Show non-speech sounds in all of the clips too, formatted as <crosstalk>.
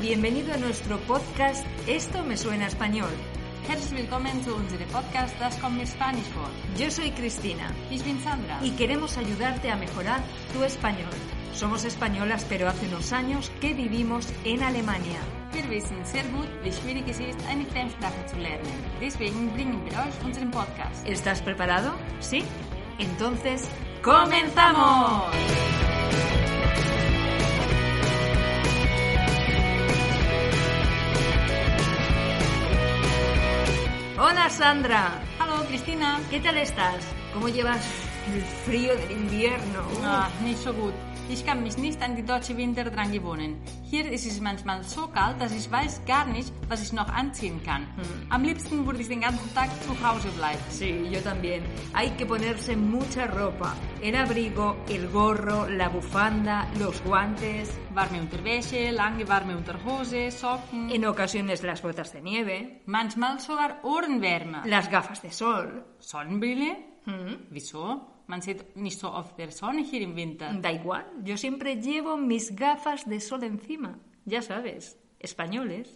bienvenido a nuestro podcast Esto me suena a español. Herzlich willkommen zu unserem Podcast Das kommt mir Spanisch vor. Yo soy Cristina Ich bin Sandra. y queremos ayudarte a mejorar tu español. Somos españolas, pero hace unos años que vivimos en Alemania. wir wissen sehr gut, wie schwierig es ist, eine Fremdsprache zu lernen. Deswegen bringen wir euch unseren Podcast. ¿Estás preparado? ¿Sí? Entonces, ¡comenzamos! Hola Sandra, Hallo Christina. ¿qué tal estás? ¿Cómo llevas el frío del invierno? Ach, Ah, nicht so gut. Ich kann mich nicht an die deutsche Winter dran gewöhnen. Hier ist es manchmal so kalt, dass ich weiß gar nicht, was ich noch anziehen kann. Am liebsten würde ich den ganzen Tag zu Hause bleiben. Sí, yo también. Hay que ponerse mucha ropa. El abrigo, el gorro, la bufanda, los guantes, Warme Unterwäsche, lange warme Unterhose, Socken. en ocasiones las botas de nieve, Manchmal sogar Ohrenwärme. las gafas de sol. Sonnenbrille? Mm, Wieso? Man sieht nicht so oft der Sonne hier im Winter. Da igual, yo siempre llevo mis gafas de sol encima. Ya sabes, españoles.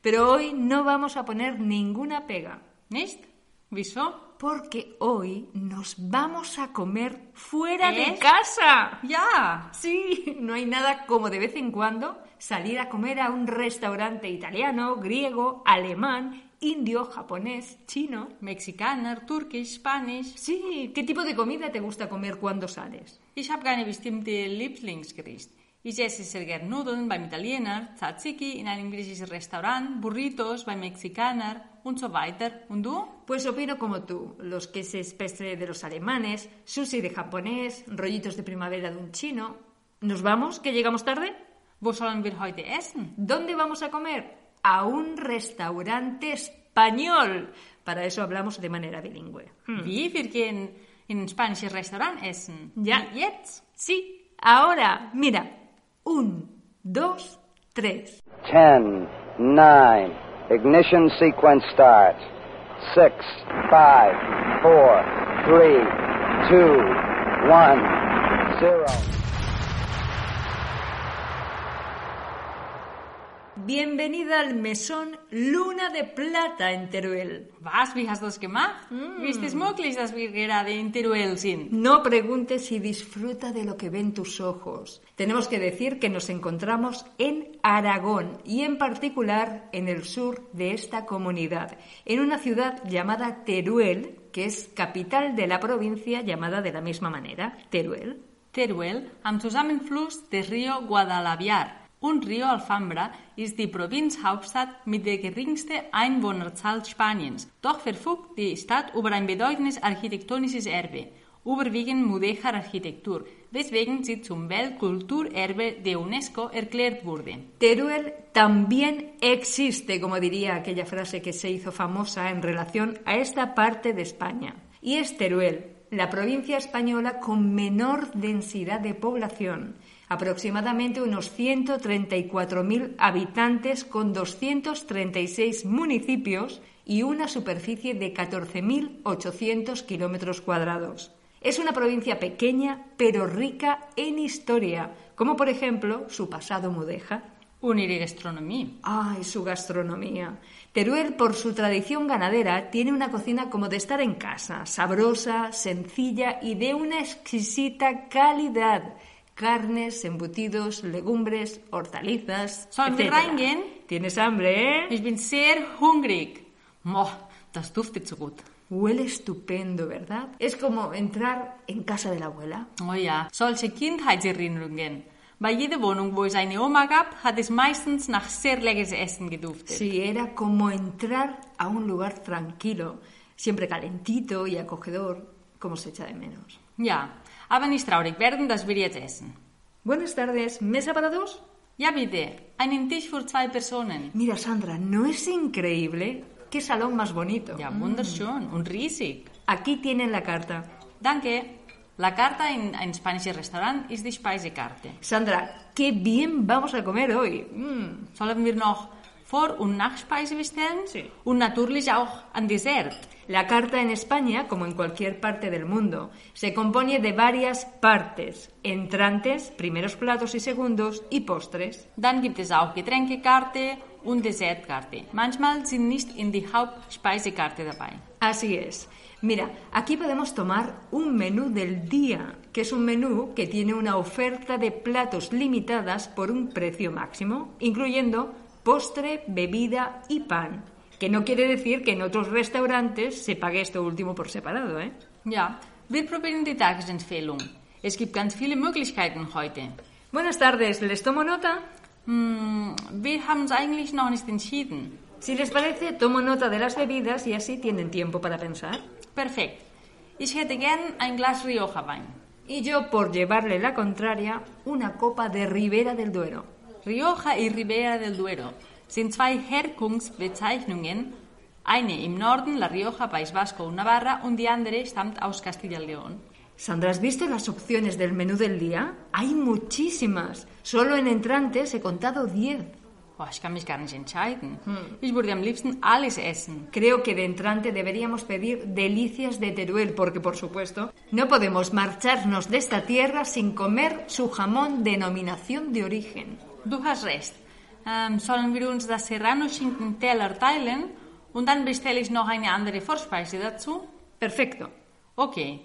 Pero hoy no vamos a poner ninguna pega. Nicht? Wieso? Porque hoy nos vamos a comer fuera de ¿Eh? casa. Ja! Sí, no hay nada como de vez en cuando salir a comer a un restaurante italiano, griego, alemán, indio, japonés, chino. Mexikaner, Türkisch, Spanisch. Sí, ¿qué tipo de comida te gusta comer cuando sales? Ich habe keine bestimmte Lieblingsgericht. Ich esse sehr gern Nudeln beim Italiener, Tzatziki in einem griechischen Restaurant, Burritos beim Mexikaner und so weiter. Und du? Pues opino como tú, los queses pestre de los alemanes, sushi de japonés, rollitos de primavera de un chino. ¿Nos vamos, que llegamos tarde? Wo sollen wir heute essen? ¿Dónde vamos a comer? A un restaurante español. Para eso hablamos de manera bilingüe. Hmm. Wie? Wir gehen in ein spanisches Restaurant essen. Ja. Wie Jetzt? Sí, ahora, mira. Un, dos, tres. 10, 9, ignition sequence start. 6, 5, 4, 3, 2, 1, 0. Bienvenida al mesón Luna de Plata en Teruel. Was? Wie hast du das gemacht? Wie ist es möglich, dass wir gerade in Teruel sind? No preguntes si disfruta de lo que ven tus ojos. Tenemos que decir que nos encontramos en Aragón y en particular en el sur de esta comunidad, en una ciudad llamada Teruel, que es capital de la provincia llamada de la misma manera, Teruel. Teruel, am Zusammenfluss des Rio Guadalaviar und Rio Alfambra, ist die Provinzhauptstadt mit der geringsten Einwohnerzahl Spaniens. Doch verfügt die Stadt über ein bedeutendes architektonisches Erbe, überwiegend Mudéjar-Architektur, weswegen sie zum Weltkulturerbe der UNESCO erklärt wurde. Teruel también existe, como diría aquella frase que se hizo famosa en relación a esta parte de España. Y es Teruel, la provincia española con menor densidad de población, aproximadamente unos 134.000 habitantes con 236 municipios y una superficie de 14.800 kilómetros cuadrados. Es una provincia pequeña pero rica en historia, como por ejemplo su pasado mudéjar Und ihre Gastronomie. ¡Ay, su gastronomía! Teruel, por su tradición ganadera, tiene una cocina como de estar en casa, sabrosa, sencilla y de una exquisita calidad. Carnes, embutidos, legumbres, hortalizas. Sollen wir etcétera. reingehen? ¿Tienes hambre, eh? Ich bin sehr hungrig. Moh, das duftet so gut. Huele estupendo, ¿verdad? Es como entrar en casa de la abuela. Oh ja, solche Kindheitserinnerungen. Bei jeder Wohnung, wo es eine Oma gab, hat es meistens nach sehr leckeres Essen geduftet. Sí, era como entrar a un lugar tranquilo, siempre calentito y acogedor, como se echa de menos. Ja, aber nicht traurig werden, dass wir jetzt essen. Buenas tardes, ¿mesa para dos? Ja bitte, einen Tisch für zwei Personen. Mira, Sandra, ¿no es increíble? ¡Qué salón más bonito! Mm. Ja, wunderschön und riesig. Aquí tienen la carta. Danke. La carta in ein spanisches Restaurant ist die Speisekarte. Sandra, qué bien vamos a comer hoy. Mm, Sollen wir noch vor und Nachspeisebestellen Sí. und natürlich auch ein Dessert. La carta en España, como en cualquier parte del mundo, se compone de varias partes, entrantes, primeros platos y segundos, y postres. Dann gibt es auch Getränkekarte und Dessertkarte. Manchmal sind nicht in die Hauptspeisekarte dabei. Así es. Mira, aquí podemos tomar un menú del día, que es un menú que tiene una oferta de platos limitadas por un precio máximo, incluyendo postre, bebida y pan. Que no quiere decir que en otros restaurantes se pague esto último por separado, ¿eh? Ja, wir probieren die Tagesempfehlung. Es gibt ganz viele Möglichkeiten heute. Buenas tardes, ¿les tomo nota? Hm, wir haben uns eigentlich noch nicht entschieden. Si les parece, tomo nota de las bebidas y así tienen tiempo para pensar. Perfekt. Ich hätte gern ein Glas Rioja-Wein. Y yo, por llevarle la contraria, una copa de Ribera del Duero. Rioja y Ribera del Duero sind zwei Herkunftsbezeichnungen. Eine im Norden, La Rioja, País Vasco und Navarra, und die andere stammt aus Castilla y León. Sandra, ¿has visto las opciones del menú del día? Hay muchísimas. Solo en entrantes he contado 10. Boah, ich kann mich gar nicht entscheiden. Ich würde am liebsten alles essen. Creo que de entrante deberíamos pedir delicias de Teruel, porque por supuesto no podemos marcharnos de esta tierra sin comer su jamón denominación de origen. Du hast recht. Ähm, sollen wir uns das Serrano-Schinken-Teller teilen und dann bestelle ich noch eine andere Vorspeise dazu? Perfecto. Okay.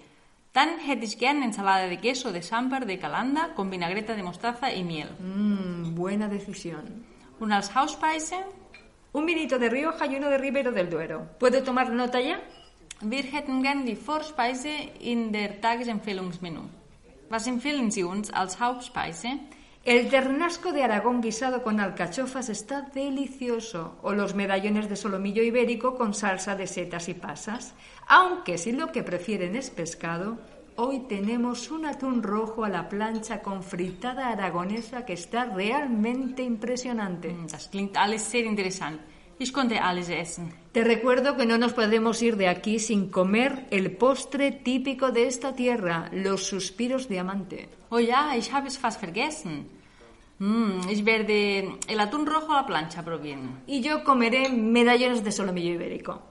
Dann hätte ich gerne Ensalada de Queso de Sambar de Calanda con Vinagreta de Mostaza y Miel. Mm, buena decisión. Und als Hauspeise, Un vinito de Rioja y uno de Ribero del Duero. ¿Puedo tomar nota ya? wir hätten gern die Vorspeise in der Tagesempfehlungsmenü. Was empfehlen Sie uns als Hauptspeise? El ternasco de Aragón guisado con alcachofas está delicioso, o los medallones de solomillo ibérico con salsa de setas y pasas. Aunque si lo que prefieren es pescado, hoy tenemos un atún rojo a la plancha con fritada aragonesa que está realmente impresionante. Hm, Das klingt alles sehr interessant. Ich konnte alles essen. Te recuerdo que no nos podemos ir de aquí sin comer el postre típico de esta tierra, los suspiros de amante. Oh ja, ich habe es fast vergessen. Hm, ich werde el atún rojo a la plancha probieren. Y yo comeré medallones de solomillo ibérico.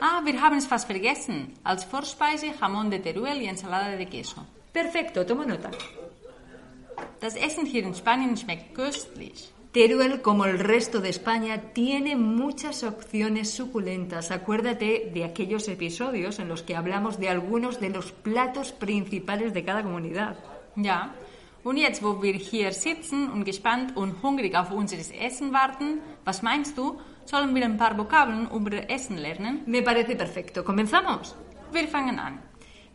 Ah, wir haben es fast vergessen. Als Vorspeise Jamón de Teruel y Ensalada de Queso. Perfecto, tomo nota. Das Essen hier in Spanien schmeckt köstlich. Teruel, como el resto de España, tiene muchas opciones suculentas. Acuérdate de aquellos episodios en los que hablamos de algunos de los platos principales de cada comunidad. Ja. Und jetzt, wo wir hier sitzen und gespannt und hungrig auf unseres Essen warten, was meinst du, sollen wir ein paar Vokabeln über Essen lernen? Me parece perfecto. ¿Comenzamos? Wir fangen an.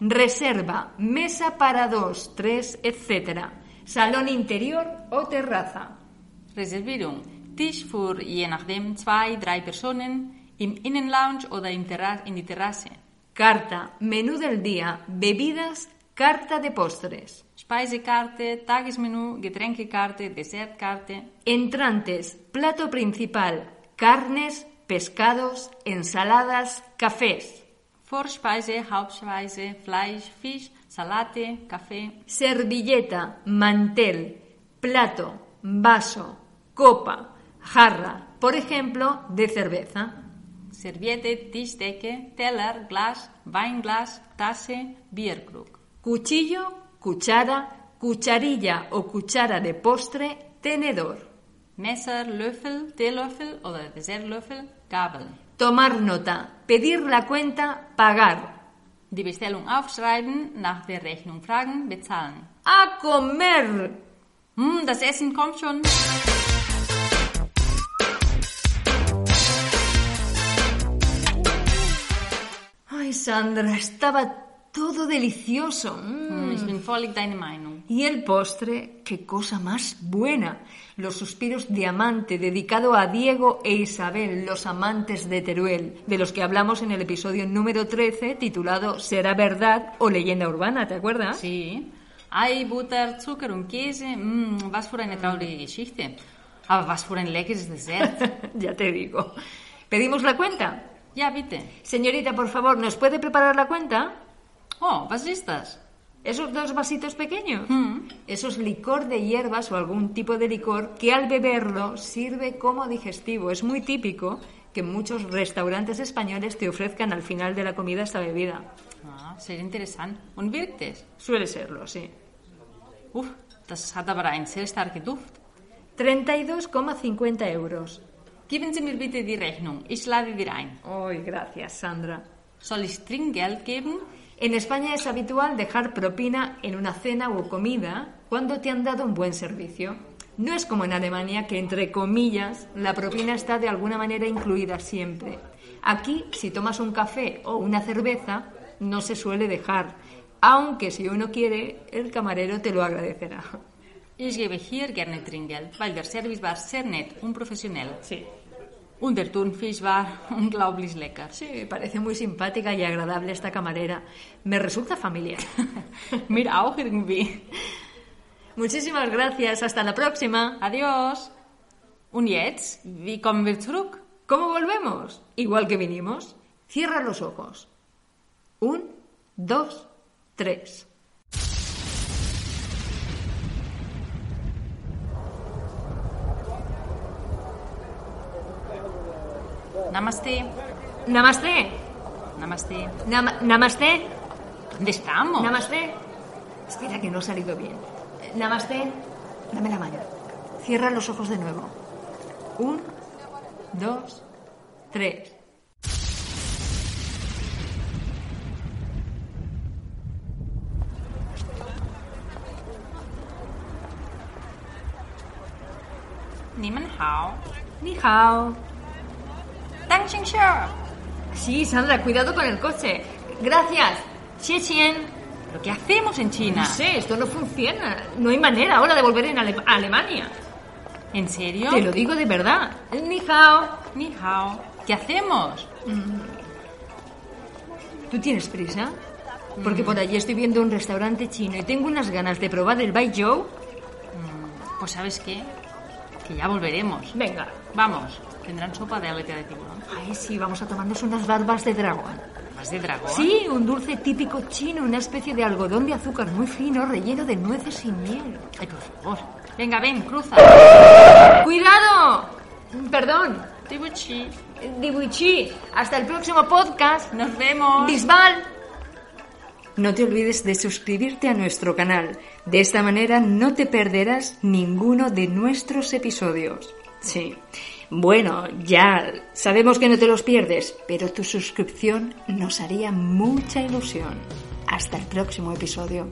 Reserva, mesa para dos, tres, etc. Salón interior o terraza. Reservierung. Tisch für je nachdem zwei, drei Personen im Innenlounge oder im Terra in die Terrasse. Carta, menú del día, bebidas, carta de postres. Speisekarte, Tagesmenü, Getränkekarte, Dessertkarte. Entrantes, plato principal, carnes, pescados, ensaladas, cafés. Vorspeise, Hauptspeise, Fleisch, Fisch, Salate, Kaffee. Servilleta, mantel, plato, vaso, copa, jarra, por ejemplo, de cerveza. Serviette, Tischdecke, Teller, Glas, Weinglas, Tasse, Bierkrug. Cuchillo, cuchara, cucharilla o cuchara de postre, tenedor. Messer, Löffel, Teelöffel oder Dessertlöffel, Gabel. Tomar nota, pedir la cuenta, pagar. Die Bestellung aufschreiben, nach der Rechnung fragen, bezahlen. ¡A comer! Hm, das Essen kommt schon. Ay, Sandra, estaba todo delicioso. Mm. Hm, ich bin völlig deiner Meinung. Y el postre, qué cosa más buena. Los suspiros de amante, dedicado a Diego e Isabel, los amantes de Teruel, de los que hablamos en el episodio número 13, titulado ¿Será verdad o leyenda urbana? ¿Te acuerdas? Sie. Ei, Butter, Zucker und Käse. Hm, was für eine traurige Geschichte. Aber was für ein leckeres <laughs> Dessert. <laughs> ya te digo. ¿Pedimos la cuenta? ja, bitte. Señorita, por favor, ¿nos puede preparar la cuenta? Oh, was ist das? Esos dos vasitos pequeños, eso es licor de hierbas o algún tipo de licor que al beberlo sirve como digestivo. Es muy típico que muchos restaurantes españoles te ofrezcan al final de la comida esta bebida. Ah, seria interessant. Un Birktes? Suele serlo, sí. Uf, das hat aber einen sehr starken Duft. 32,50 euros. Geben Sie mir bitte die Rechnung. Ich lade dir ein. Ay, gracias, Sandra. Soll ich Trinkgeld geben? En España es habitual dejar propina en una cena o comida cuando te han dado un buen servicio. No es como en Alemania que, entre comillas, la propina está de alguna manera incluida siempre. Aquí, si tomas un café o una cerveza, no se suele dejar, aunque si uno quiere, el camarero te lo agradecerá. Ich gebe hier gerne Trinkgeld, weil der Service war sehr nett und professionell. Sí, Und der Thunfisch war <laughs> unglaublich lecker. sí, parece muy simpática y agradable esta camarera. Me resulta familiar. <laughs> mir auch irgendwie. Muchísimas gracias, hasta la próxima. Adios. Und jetzt, wie kommen wir zurück? ¿Cómo volvemos? Igual que vinimos. Cierra los ojos. Un, dos, tres. Namaste. Namaste. Namaste. Nama- namaste. ¿Dónde estamos? Namaste. Espera que no ha salido bien. Eh, Namaste. Dame la mano. Cierra los ojos de nuevo. Un, dos, tres. Ni man hao. Ni hao. Dang xing xiao. Sí, Sandra, cuidado con el coche. Gracias. Xie xian. ¿Pero qué hacemos en China? No sé, esto no funciona. No hay manera ahora de volver en Ale- a Alemania. ¿En serio? Te lo digo de verdad. Ni hao. Ni hao. ¿Qué hacemos? ¿Tú tienes prisa? Porque por allí estoy viendo un restaurante chino y tengo unas ganas de probar el Bai Joe. Pues ¿sabes qué? Que ya volveremos. Venga. Vamos, tendrán sopa de aleta de tiburón. Ay, sí, vamos a tomarnos unas barbas de dragón. ¿Más de dragón? Sí, un dulce típico chino, una especie de algodón de azúcar muy fino relleno de nueces y miel. Ay, por favor. Venga, ven, cruza. ¡Cuidado! Perdón, Tibuchi. Dibuichi. Hasta el próximo podcast. Nos vemos. ¡Bisbal! No te olvides de suscribirte a nuestro canal. De esta manera no te perderás ninguno de nuestros episodios. Sí. Bueno, ya sabemos que no te los pierdes, pero tu suscripción nos haría mucha ilusión. Hasta el próximo episodio.